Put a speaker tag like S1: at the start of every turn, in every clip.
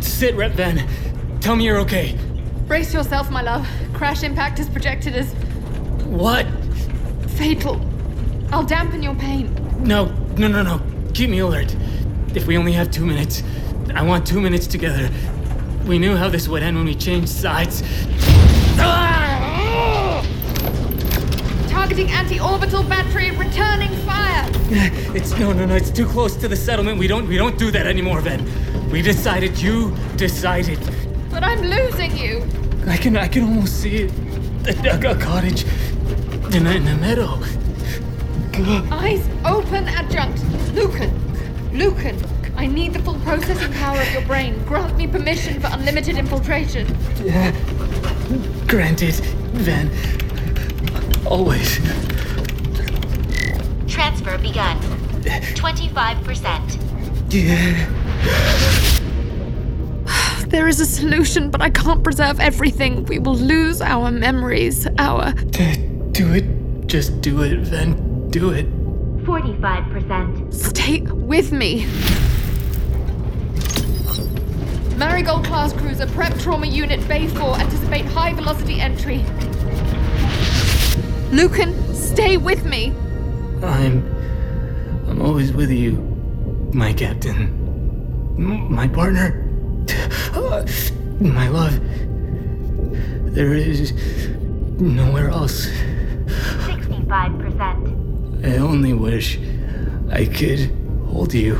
S1: sit, Rep Van. Tell me you're okay.
S2: Brace yourself, my love. Crash impact is projected as
S1: What?
S2: fatal. I'll dampen your pain.
S1: No, no, no, no. Keep me alert. If we only have two minutes, I want two minutes together. We knew how this would end when we changed sides.
S2: Targeting anti orbital battery, returning fire.
S1: It's no, no, no. It's too close to the settlement. We don't, we don't do that anymore, Ven. We decided. You decided.
S2: But I'm losing you.
S1: I can, I can almost see it. A, a- a cottage in a, in a meadow.
S2: Eyes open, adjunct. Lucan. Lucan. I need the full processing power of your brain. Grant me permission for unlimited infiltration.
S1: Granted, Ven. Always.
S3: Transfer begun. 25%.
S2: There is a solution, but I can't preserve everything. We will lose our memories, our.
S1: Do it. Just do it, Ven. Do it.
S3: 45%.
S2: Stay with me. Marigold class cruiser, prep trauma unit, Bay 4, anticipate high velocity entry. Lucan, stay with me.
S1: I'm. I'm always with you, my captain. M- My partner. My love. There is nowhere else.
S3: 65%.
S1: I only wish I could hold you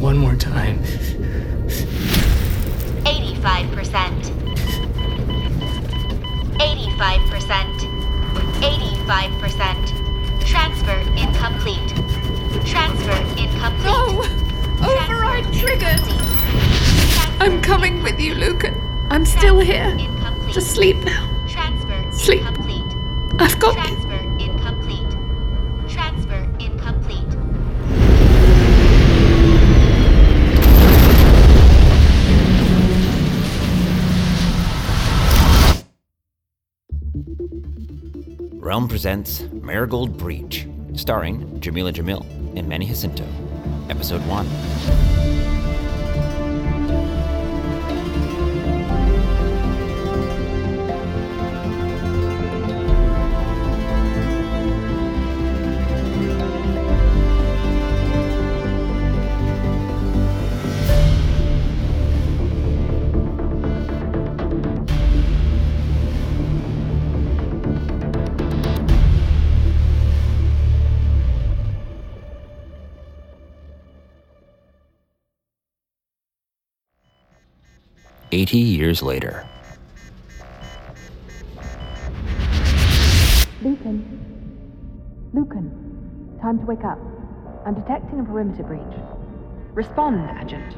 S1: one more time.
S3: 85%. 85%. 85%. Transfer incomplete. Transfer incomplete.
S2: No! Override triggered! I'm coming with you, Lucan. I'm still here.
S3: Incomplete.
S2: Just sleep now.
S3: Transfer
S2: sleep.
S3: incomplete.
S2: I've got you.
S3: Transfer incomplete. Transfer incomplete.
S4: Realm presents Marigold Breach, starring Jamila Jamil and Manny Jacinto. Episode 1. Eighty years later.
S5: Lucan. Lucan. Time to wake up. I'm detecting a perimeter breach. Respond, Agent.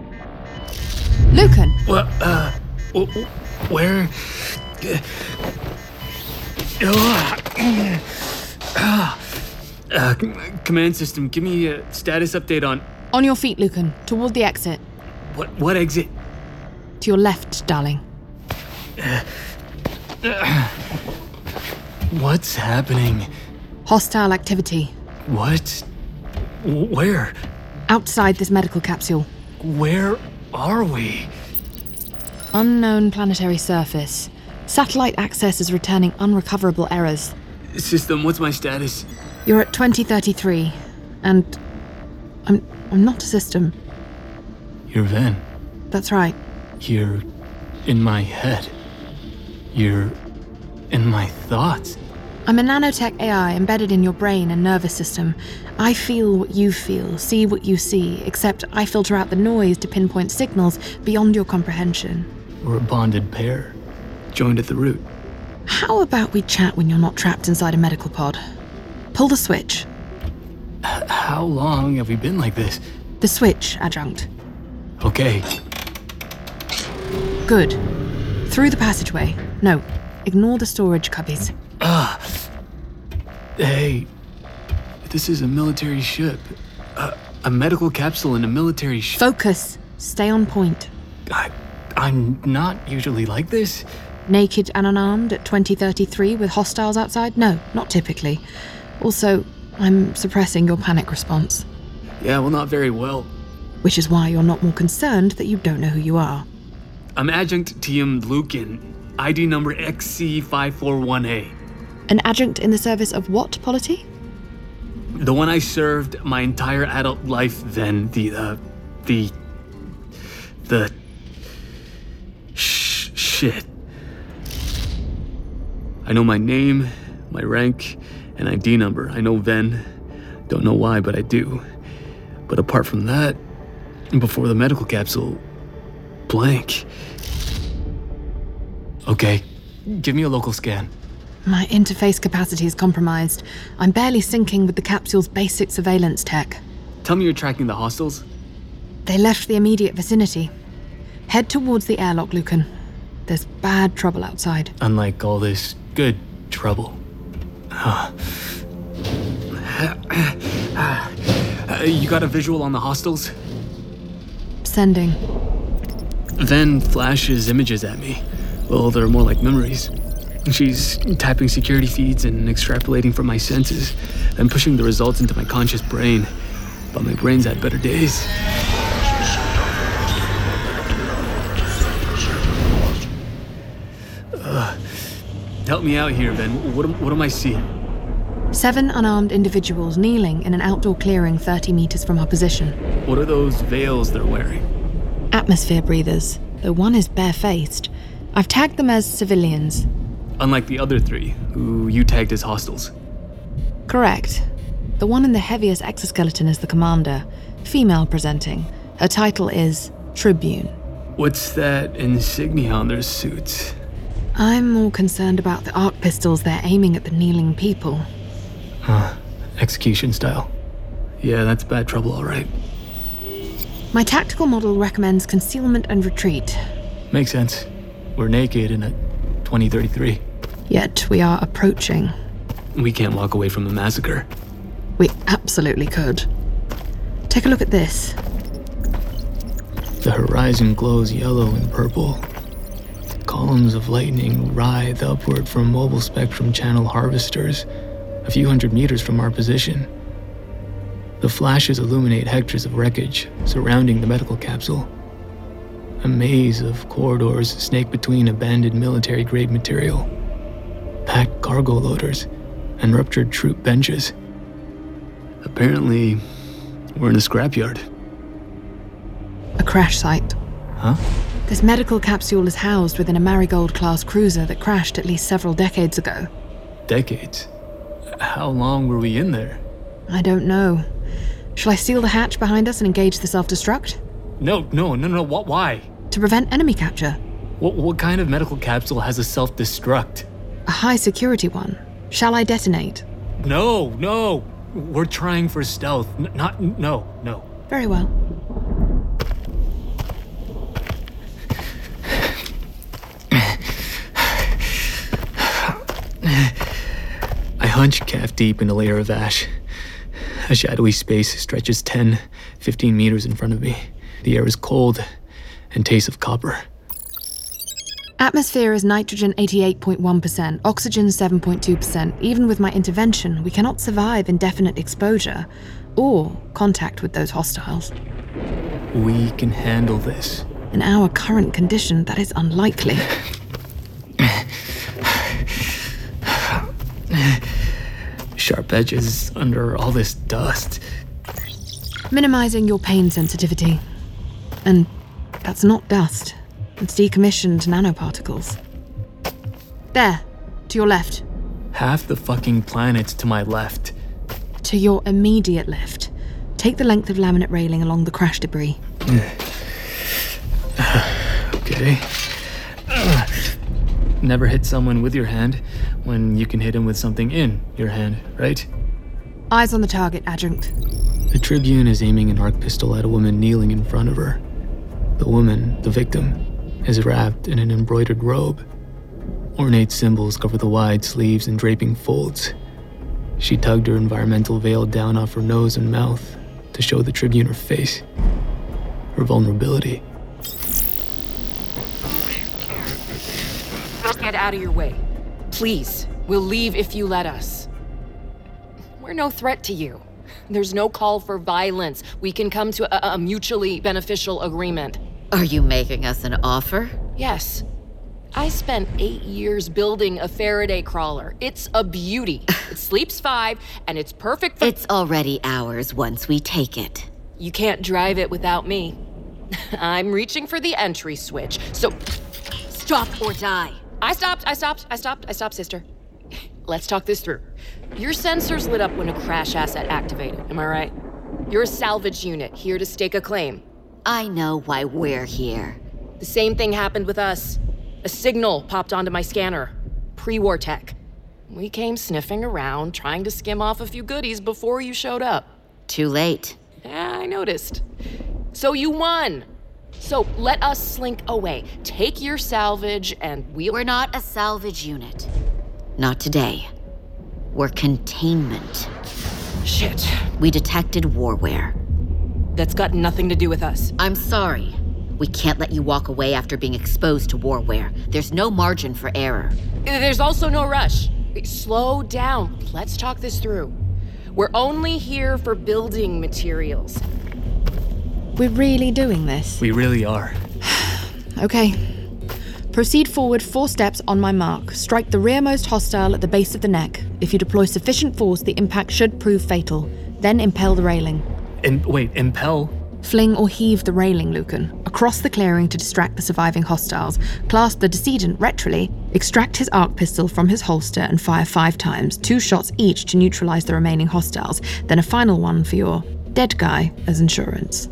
S5: Lucan!
S1: Well, uh, w- w- where? Uh, command system, give me a status update on
S5: On your feet, Lucan. Toward the exit.
S1: what what exit?
S5: To your left, darling.
S1: What's happening?
S5: Hostile activity.
S1: What? W- Where?
S5: Outside this medical capsule.
S1: Where are we?
S5: Unknown planetary surface. Satellite access is returning unrecoverable errors.
S1: System, what's my status?
S5: You're at 2033, and I'm I'm not a system.
S1: You're Van.
S5: That's right.
S1: You're in my head. You're in my thoughts.
S5: I'm a nanotech AI embedded in your brain and nervous system. I feel what you feel, see what you see, except I filter out the noise to pinpoint signals beyond your comprehension.
S1: We're a bonded pair, joined at the root.
S5: How about we chat when you're not trapped inside a medical pod? Pull the switch.
S1: How long have we been like this?
S5: The switch, adjunct.
S1: Okay.
S5: Good. Through the passageway. No, ignore the storage cubbies.
S1: Hey, this is a military ship. A, a medical capsule in a military ship.
S5: Focus. Stay on point.
S1: I, I'm not usually like this.
S5: Naked and unarmed at 2033 with hostiles outside? No, not typically. Also, I'm suppressing your panic response.
S1: Yeah, well, not very well.
S5: which is why you're not more concerned that you don't know who you are.
S1: I'm Adjunct TM Lukin, ID number XC541A.
S5: An adjunct in the service of what polity?
S1: The one I served my entire adult life then, the, uh, the. the. Sh- shit. I know my name, my rank, and ID number. I know Ven. Don't know why, but I do. But apart from that, before the medical capsule, blank. Okay, give me a local scan.
S5: My interface capacity is compromised. I'm barely syncing with the capsule's basic surveillance tech.
S1: Tell me you're tracking the hostiles.
S5: They left the immediate vicinity. Head towards the airlock, Lucan. There's bad trouble outside.
S1: Unlike all this good trouble. Ah. Uh, you got a visual on the hostiles?
S5: Sending.
S1: Then flashes images at me. Well, they're more like memories. She's tapping security feeds and extrapolating from my senses, then pushing the results into my conscious brain. But my brain's had better days. Ugh. help me out here, Ben. What am, what am I seeing?
S5: Seven unarmed individuals kneeling in an outdoor clearing 30 meters from our position.
S1: What are those veils they're wearing?
S5: Atmosphere breathers, though one is barefaced. I've tagged them as civilians.
S1: Unlike the other three, who you tagged as hostiles.
S5: Correct. The one in the heaviest exoskeleton is the commander, female presenting. Her title is Tribune.
S1: What's that insignia on their suits?
S5: I'm more concerned about the arc pistols they're aiming at the kneeling people.
S1: Execution style. Yeah, that's bad trouble, all right.
S5: My tactical model recommends concealment and retreat,
S1: Makes sense. We're naked in a 2033.
S5: yet we are approaching.
S1: We can't walk away from the massacre.
S5: We absolutely could. Take a look at this.
S1: The horizon glows yellow and purple. Columns of lightning writhe upward from mobile spectrum channel harvesters, a few hundred meters from our position. The flashes illuminate hectares of wreckage surrounding the medical capsule. A maze of corridors snake between abandoned military grade material, packed cargo loaders, and ruptured troop benches. Apparently, we're in a scrapyard.
S5: A crash site.
S1: Huh?
S5: This medical capsule is housed within a Marigold class cruiser that crashed at least several decades ago.
S1: Decades. How long were we in there?
S5: I don't know. Shall I seal the hatch behind us and engage the self destruct?
S1: No, no, no, no. What? Why?
S5: To prevent enemy capture.
S1: What? What kind of medical capsule has a self-destruct?
S5: A high security one. Shall I detonate?
S1: No, no. We're trying for stealth. N- not. No, no.
S5: Very well.
S1: I hunch calf deep in a layer of ash. A shadowy space stretches 10, 15 meters in front of me. The air is cold and tastes of copper.
S5: Atmosphere is nitrogen 88.1%, oxygen 7.2%. Even with my intervention, we cannot survive indefinite exposure or contact with those hostiles.
S1: We can handle this.
S5: In our current condition, that is unlikely.
S1: Sharp edges under all this dust.
S5: Minimizing your pain sensitivity. And that's not dust, it's decommissioned nanoparticles. There, to your left,
S1: Half the fucking planet's to my left.
S5: to your immediate left. Take the length of laminate railing along the crash debris.
S1: Okay. Never hit someone with your hand when you can hit him with something in your hand, right?
S5: Eyes on the target, adjunct.
S1: The Tribune is aiming an arc pistol at a woman kneeling in front of her. The woman, the victim, is wrapped in an embroidered robe. Ornate symbols cover the wide sleeves and draping folds. She tugged her environmental veil down off her nose and mouth to show the Tribune her face, her vulnerability.
S6: Get out of your way. Please. We'll leave if you let us. We're no threat to you. There's no call for violence. We can come to a, a mutually beneficial agreement.
S7: Are you making us an offer?
S6: Yes. I spent eight years building a Faraday crawler. It's a beauty. It sleeps five, and it's perfect for.
S7: It's already ours once we take it.
S6: You can't drive it without me. I'm reaching for the entry switch, so
S7: Stop or die.
S6: I stopped, I stopped, I stopped, I stopped, sister. Let's talk this through. Your sensors lit up when a crash asset activated, am I right? You're a salvage unit here to stake a claim.
S7: I know why we're here.
S6: The same thing happened with us. A signal popped onto my scanner. Pre war tech. We came sniffing around, trying to skim off a few goodies before you showed up.
S7: Too late.
S6: Yeah, I noticed. So you won! So let us slink away. Take your salvage and we'll.
S7: We're not a salvage unit. Not today. We're containment.
S6: Shit.
S7: We detected warware.
S6: That's got nothing to do with us.
S7: I'm sorry. We can't let you walk away after being exposed to warware. There's no margin for error.
S6: There's also no rush. Slow down. Let's talk this through. We're only here for building materials.
S5: We're really doing this.
S1: We really are.
S5: Okay. Proceed forward four steps on my mark. Strike the rearmost hostile at the base of the neck. If you deploy sufficient force, the impact should prove fatal. Then impel the railing.
S1: And wait, impel?
S5: Fling or heave the railing, Lucan, across the clearing to distract the surviving hostiles. Clasp the decedent retrally, extract his arc pistol from his holster and fire five times, two shots each to neutralize the remaining hostiles, then a final one for your dead guy as insurance.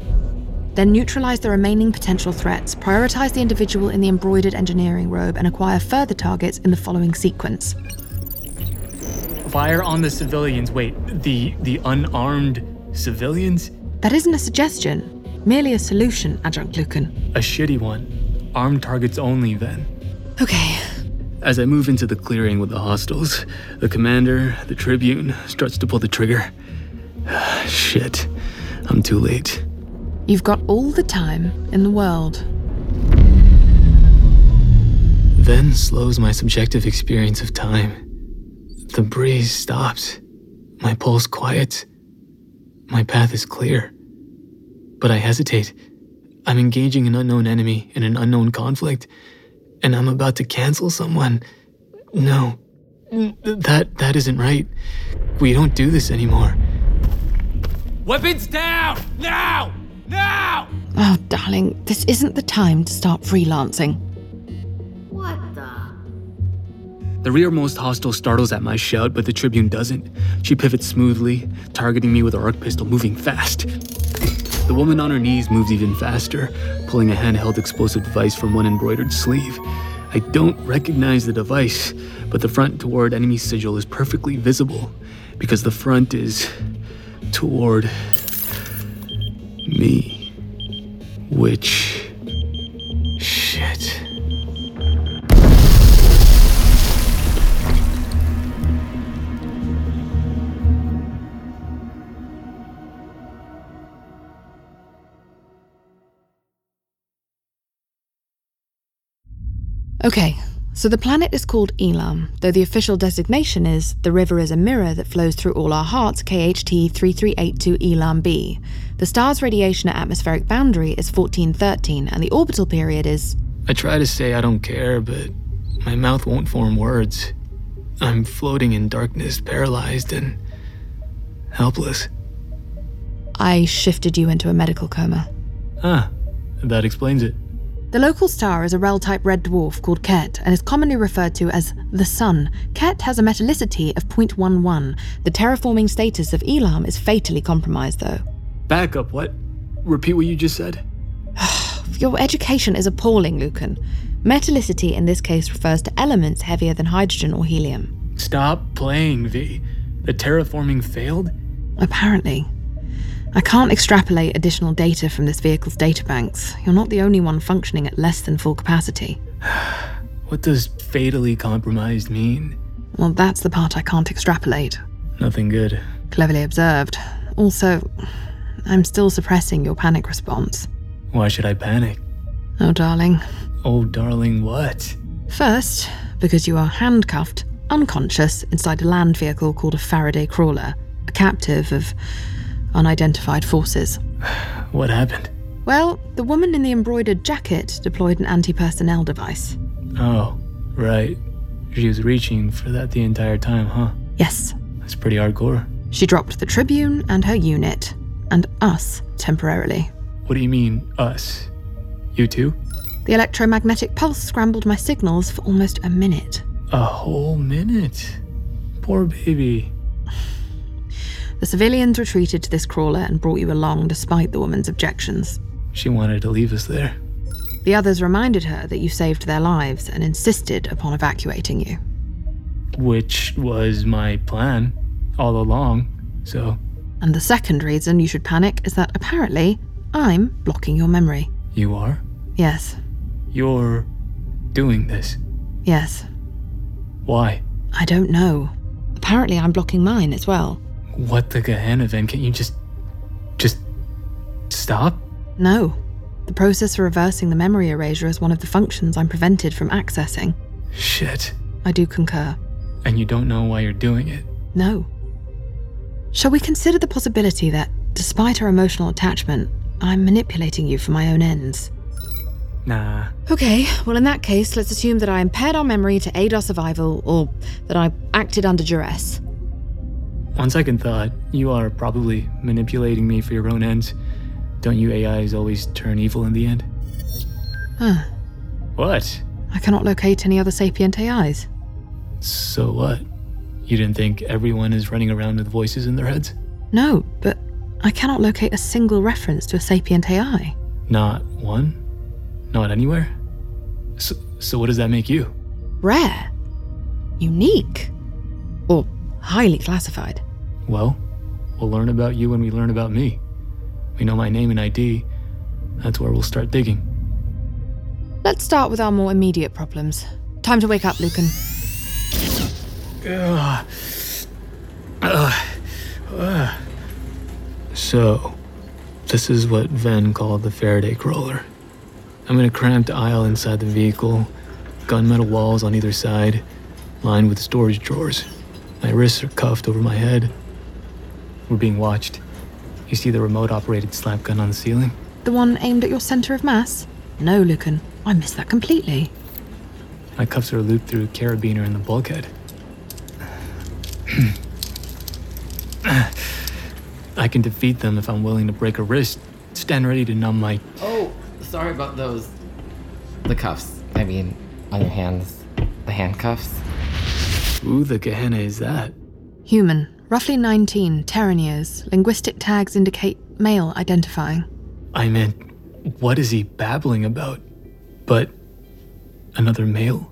S5: Then neutralize the remaining potential threats, prioritize the individual in the embroidered engineering robe, and acquire further targets in the following sequence.
S1: Fire on the civilians. Wait, the the unarmed civilians?
S5: That isn't a suggestion, merely a solution, Adjunct Lucan.
S1: A shitty one. Armed targets only then.
S5: Okay,
S1: As I move into the clearing with the hostiles, the commander, the tribune, starts to pull the trigger. Shit. I'm too late.
S5: you've got all the time in the world.
S1: Then slows my subjective experience of time. The breeze stops. My pulse quiets. My path is clear. But I hesitate. I'm engaging an unknown enemy in an unknown conflict, and I'm about to cancel someone. No. N- That that isn't right. We don't do this anymore.
S4: Weapons down! Now! Now!
S5: Oh, darling, this isn't the time to start freelancing.
S3: What the?
S1: The rearmost hostile startles at my shout, but the Tribune doesn't. She pivots smoothly, targeting me with her arc pistol, moving fast. The woman on her knees moves even faster, pulling a handheld explosive device from one embroidered sleeve. I don't recognize the device, but the front toward enemy sigil is perfectly visible because the front is toward me. Which. Shit.
S5: Okay, so the planet is called Elam, though the official designation is the river is a mirror that flows through all our hearts, KHT 3382 Elam B. The star's radiation at atmospheric boundary is 1413, and the orbital period is.
S1: I try to say I don't care, but my mouth won't form words. I'm floating in darkness, paralyzed and helpless.
S5: I shifted you into a medical coma.
S1: Ah, that explains it.
S5: The local star is a REL type red dwarf called Ket and is commonly referred to as the Sun. Ket has a metallicity of 0.11. The terraforming status of Elam is fatally compromised, though.
S1: Back up, what? Repeat what you just said?
S5: Your education is appalling, Lucan. Metallicity in this case refers to elements heavier than hydrogen or helium.
S1: Stop playing, V. The terraforming failed?
S5: Apparently. I can't extrapolate additional data from this vehicle's databanks. You're not the only one functioning at less than full capacity.
S1: What does fatally compromised mean?
S5: Well, that's the part I can't extrapolate.
S1: Nothing good.
S5: Cleverly observed. Also, I'm still suppressing your panic response.
S1: Why should I panic?
S5: Oh, darling.
S1: Oh, darling, what?
S5: First, because you are handcuffed, unconscious, inside a land vehicle called a Faraday crawler, a captive of
S8: unidentified forces.
S1: What happened?
S8: Well, the woman in the embroidered jacket deployed an anti personnel device.
S1: Oh, right. She was reaching for that the entire time, huh?
S8: Yes,
S1: That's pretty hardcore.
S8: she dropped the Tribune and her unit, and us temporarily.
S1: What do you mean, us? You too?
S8: The electromagnetic pulse scrambled my signals for almost a minute.
S1: A whole minute. Poor baby.
S8: The civilians retreated to this crawler and brought you along despite the woman's objections.
S1: She wanted to leave us there.
S8: The others reminded her that you saved their lives and insisted upon evacuating you.
S1: Which was my plan all along, so
S8: And the second reason you should panic is that apparently I'm blocking your memory.
S1: you are?
S8: Yes,
S1: You're doing this.
S8: yes,
S1: Why?
S8: I don't know. Apparently I'm blocking mine as well.
S1: What the Gehenna then? Can you just. just. stop?
S8: No. The process for reversing the memory erasure is one of the functions I'm prevented from accessing.
S1: Shit.
S8: I do concur.
S1: And you don't know why you're doing it.
S8: No. Shall we consider the possibility that, despite our emotional attachment, I'm manipulating you for my own ends?
S1: Nah.
S8: Okay, well, in that case, let's assume that I impaired our memory to aid our survival, or that I acted under duress.
S1: On second thought, you are probably manipulating me for your own ends. Don't you AIs always turn evil in the end?
S8: Huh.
S1: What?
S8: I cannot locate any other sapient AIs.
S1: So what? You didn't think everyone is running around with voices in their heads?
S8: No, but I cannot locate a single reference to a sapient AI.
S1: Not one? Not anywhere? So, so what does that make you?
S8: Rare. Unique. Or highly classified.
S1: Well, we'll learn about you when we learn about me. We know my name and ID. That's where we'll start digging.
S8: Let's start with our more immediate problems. Time to wake up, Lucan.
S1: So, this is what Ven called the Faraday crawler. I'm in a cramped aisle inside the vehicle, gunmetal walls on either side, lined with storage drawers. My wrists are cuffed over my head. We're being watched. You see the remote operated slap gun on the ceiling?
S8: The one aimed at your centre of mass? No, Lucan. I missed that completely.
S1: My cuffs are looped through a carabiner in the bulkhead. I can defeat them if I'm willing to break a wrist. Stand ready to numb my.
S9: Oh, sorry about those. The cuffs. I mean, on your hands. The handcuffs.
S1: Who the Gehenna is that?
S8: Human, roughly 19, Terran years. Linguistic tags indicate male identifying.
S1: I meant, what is he babbling about? But another male?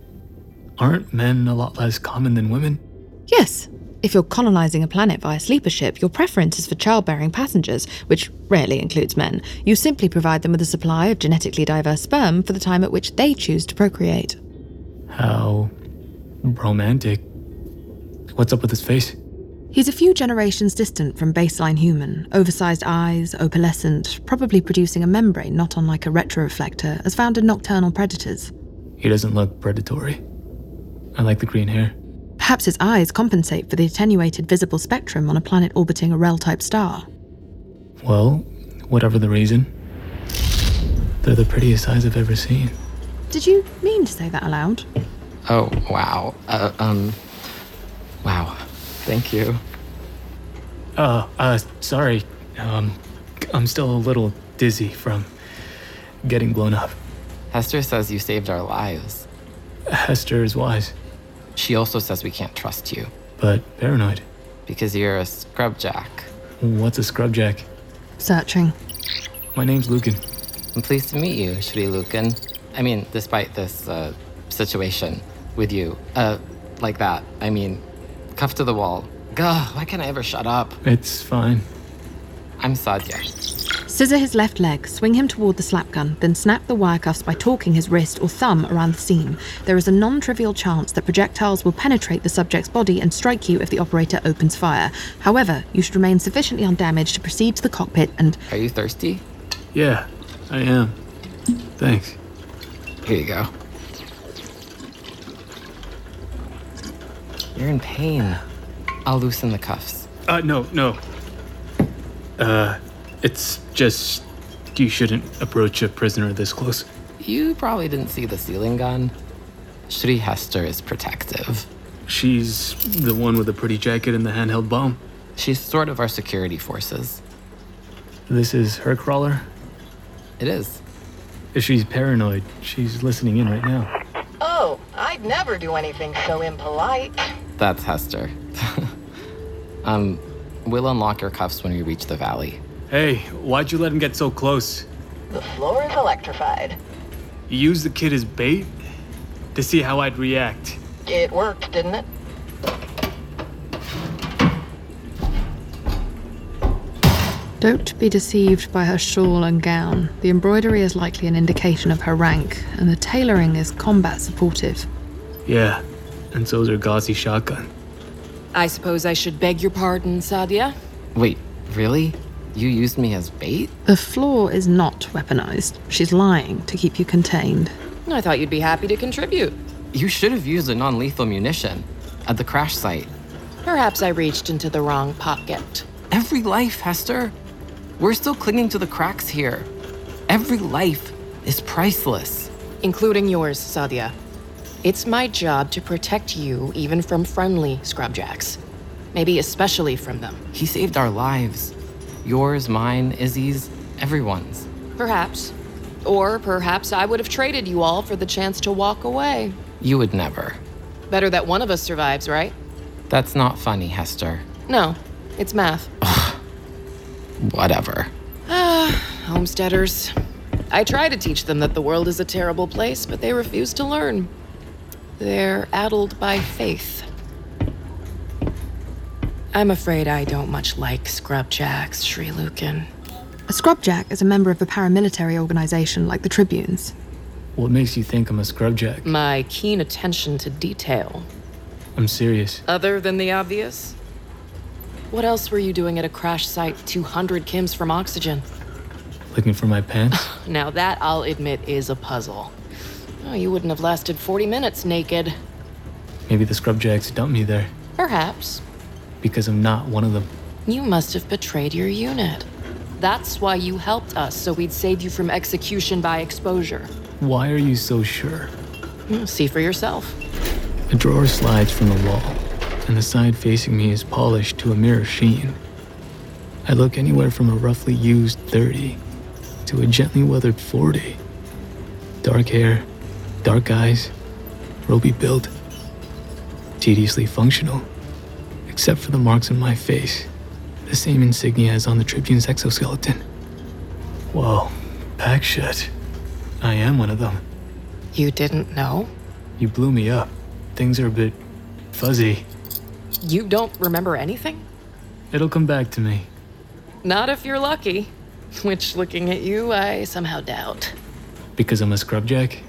S1: Aren't men a lot less common than women?
S8: Yes. If you're colonising a planet via sleeper ship, your preference is for childbearing passengers, which rarely includes men. You simply provide them with a supply of genetically diverse sperm for the time at which they choose to procreate.
S1: How romantic. What's up with his face?
S8: He's a few generations distant from baseline human, oversized eyes, opalescent, probably producing a membrane not unlike a retroreflector, as found in nocturnal predators.
S1: He doesn't look predatory. I like the green hair.
S8: Perhaps his eyes compensate for the attenuated visible spectrum on a planet orbiting a REL type star.
S1: Well, whatever the reason, they're the prettiest eyes I've ever seen.
S8: Did you mean to say that aloud?
S9: Oh, wow. Uh, um. Wow. Thank you.
S1: Uh, uh, sorry. Um, I'm still a little dizzy from getting blown up.
S9: Hester says you saved our lives.
S1: Hester is wise,
S9: She also says we can't trust you
S1: but paranoid.
S9: because you're a scrubjack.
S1: What's a scrubjack?
S8: Searching.
S1: My name's Lucan.
S9: I'm pleased to meet you, Shri Lucan. I mean, despite this uh, situation with you, uh, like that. I mean, cuff to the wall. Gah, why can't I ever shut up?
S1: It's fine.
S9: I'm Sadia.
S8: Scissor his left leg, swing him toward the slap gun, then snap the wire cuffs by torquing his wrist or thumb around the seam. There is a non trivial chance that projectiles will penetrate the subject's body and strike you if the operator opens fire. However, you should remain sufficiently undamaged to proceed to the cockpit and.
S9: Are you thirsty?
S1: Yeah, I am. Thanks.
S9: Here you go. You're in pain. I'll loosen the cuffs.
S1: Uh, no, no. Uh, it's just you shouldn't approach a prisoner this close.
S9: You probably didn't see the ceiling gun. Shri Hester is protective.
S1: She's the one with the pretty jacket and the handheld bomb.
S9: She's sort of our security forces.
S1: This is her crawler.
S9: It is.
S1: If she's paranoid, she's listening in right now.
S10: Oh, I'd never do anything so impolite.
S9: That's Hester. um, we'll unlock your cuffs when we reach the valley.
S1: Hey, why'd you let him get so close?
S10: The floor is electrified.
S1: You used the kid as bait? To see how I'd react.
S10: It worked, didn't it?
S5: Don't be deceived by her shawl and gown. The embroidery is likely an indication of her rank, and the tailoring is combat supportive.
S1: Yeah, and so's her gauzy shotgun.
S6: I suppose I should beg your pardon, Sadia.
S9: Wait, really? You used me as bait?
S5: The floor is not weaponized. She's lying to keep you contained.
S6: I thought you'd be happy to contribute.
S9: You should have used a non lethal munition at the crash site.
S6: Perhaps I reached into the wrong pocket.
S9: Every life, Hester. We're still clinging to the cracks here. Every life is priceless.
S6: including yours, Sadia. It's my job to protect you even from friendly scrubjacks. Maybe especially from them.
S9: He saved our lives. Yours, mine, Izzy's, everyone's.
S6: Perhaps. Or perhaps I would have traded you all for the chance to walk away.
S9: You would never.
S6: Better that one of us survives, right?
S9: That's not funny, Hester.
S6: No, it's math.
S9: Whatever.
S6: Homesteaders. I try to teach them that the world is a terrible place, but they refuse to learn. They're addled by faith. I'm afraid I don't much like scrubjacks, Sri Lucan.
S5: A scrubjack is a member of a paramilitary organization like the Tribunes.
S1: What makes you think I'm a scrubjack?
S6: My keen attention to detail.
S1: I'm serious.
S6: Other than the obvious? What else were you doing at a crash site 200 kims from oxygen?
S1: Looking for my pants?
S6: Now, that I'll admit is a puzzle. Oh, you wouldn't have lasted 40 minutes naked.
S1: Maybe the scrubjacks dumped me there
S6: Perhaps.
S1: because I'm not one of them.
S6: You must have betrayed your unit. That's why you helped us, so we'd save you from execution by exposure.
S1: Why are you so sure?
S6: Hmm, See for yourself.
S1: A drawer slides from the wall, and the side facing me is polished to a mirror sheen. I look anywhere from a roughly used 30 to a gently weathered 40. Dark hair, dark eyes, roby build. Tediously functional, except for the marks on my face, the same insignia as on the Tribune's exoskeleton. Whoa, pack shit. I am one of them.
S6: You didn't know?
S1: You blew me up. Things are a bit fuzzy.
S6: You don't remember anything?
S1: It'll come back to me.
S6: Not if you're lucky. Which, looking at you, I somehow doubt.
S1: Because I'm a scrubjack?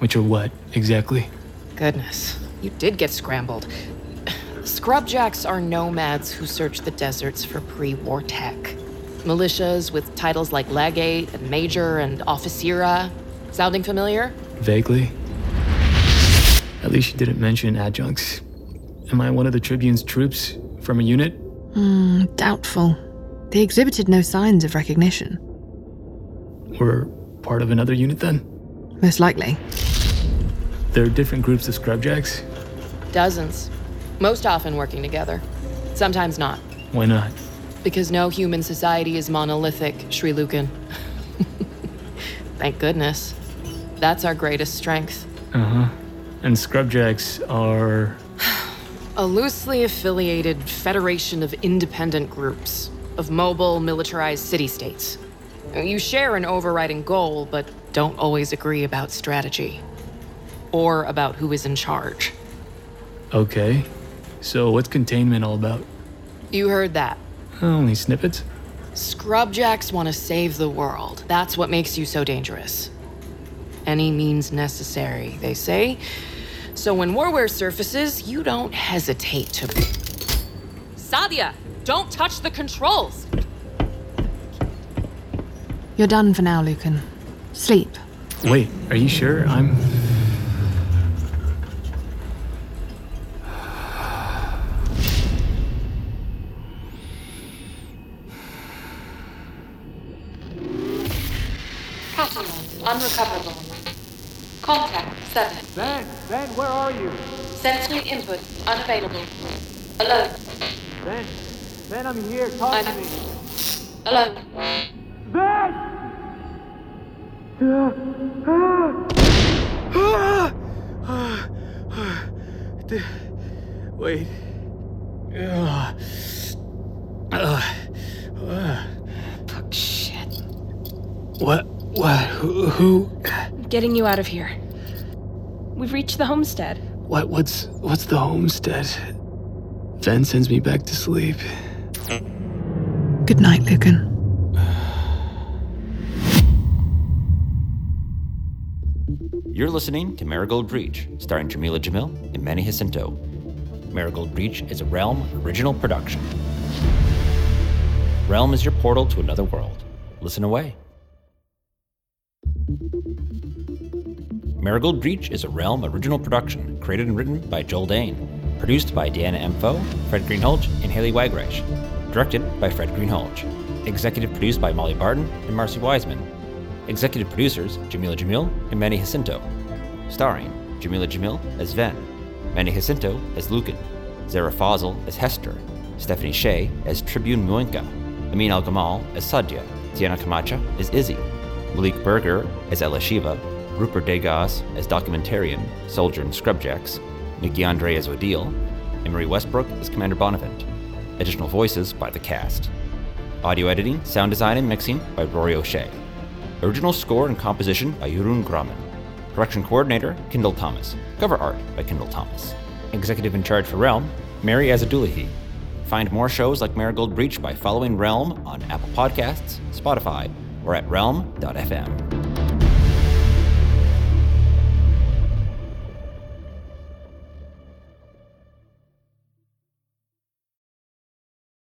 S1: Which are what, exactly?
S6: Goodness, you did get scrambled. Scrubjacks are nomads who search the deserts for pre war tech. Militias with titles like Legate and Major and Officera. Sounding familiar?
S1: Vaguely. At least you didn't mention adjuncts. Am I one of the Tribune's troops? From a unit?
S5: Doubtful. They exhibited no signs of recognition.
S1: Or part of another unit then?
S5: Most likely.
S1: There are different groups of scrubjacks?
S6: Dozens. Most often working together. Sometimes not.
S1: Why not?
S6: Because no human society is monolithic, Sri Lucan. Thank goodness. That's our greatest strength.
S1: And scrubjacks are.
S6: A loosely affiliated federation of independent groups, of mobile, militarized city states. You share an overriding goal, but don't always agree about strategy or about who is in charge.
S1: Okay. So, what's containment all about?
S6: You heard that.
S1: Only snippets?
S6: Scrubjacks want to save the world. That's what makes you so dangerous. Any means necessary, they say. So when warware surfaces, you don't hesitate to. Sadia, don't touch the controls!
S5: You're done for now, Lucan. Sleep.
S1: Wait, are you sure? I'm.
S2: recoverable. Contact 7.
S11: Zan, Zan, where are you?
S2: Sensory input unavailable. Alone.
S11: Zan, Zan, I'm here. Talk to me.
S2: Alone.
S11: Th- Wait. Ugh. Ugh. Ugh.
S12: Fuck shit.
S11: What? What? Who? who?
S12: I'm getting you out of here. We've reached the homestead.
S1: What? What's? What's the homestead? Ven sends me back to sleep.
S5: Good night, Lucan.
S4: You're listening to Marigold Breach, starring Jamila Jamil and Manny Jacinto. Marigold Breach is a Realm original production. Realm is your portal to another world. Listen away. Marigold Breach is a Realm original production created and written by Joel Dane, produced by Deanna Emfo, Fred Greenhalgh, and Haley Wagreich, directed by Fred Greenhalgh, executive produced by Molly Barton and Marcy Wiseman, executive producers Jamila Jamil and Manny Jacinto, starring Jamila Jamil as Ven, Manny Jacinto as Lucan, Zara Fazal as Hester, Stephanie Shea as Tribune Muenka, Amin Al Gamal as Sadia, Tiana Camacha as Izzy, Malik Berger as Ella Shiva, Rupert Degas as documentarian, soldier and scrubjacks, Nikki Andre as Odile, and Marie Westbrook as Commander Bonavent. Additional voices by the cast. Audio editing, sound design, and mixing by Rory O'Shea. Original score and composition by Jeroen Graman. Production coordinator, Kendall Thomas. Cover art by Kendall Thomas. Executive in charge for Realm, Mary Azadulahi. Find more shows like Marigold Breach by following Realm on Apple Podcasts, Spotify, or at realm.fm.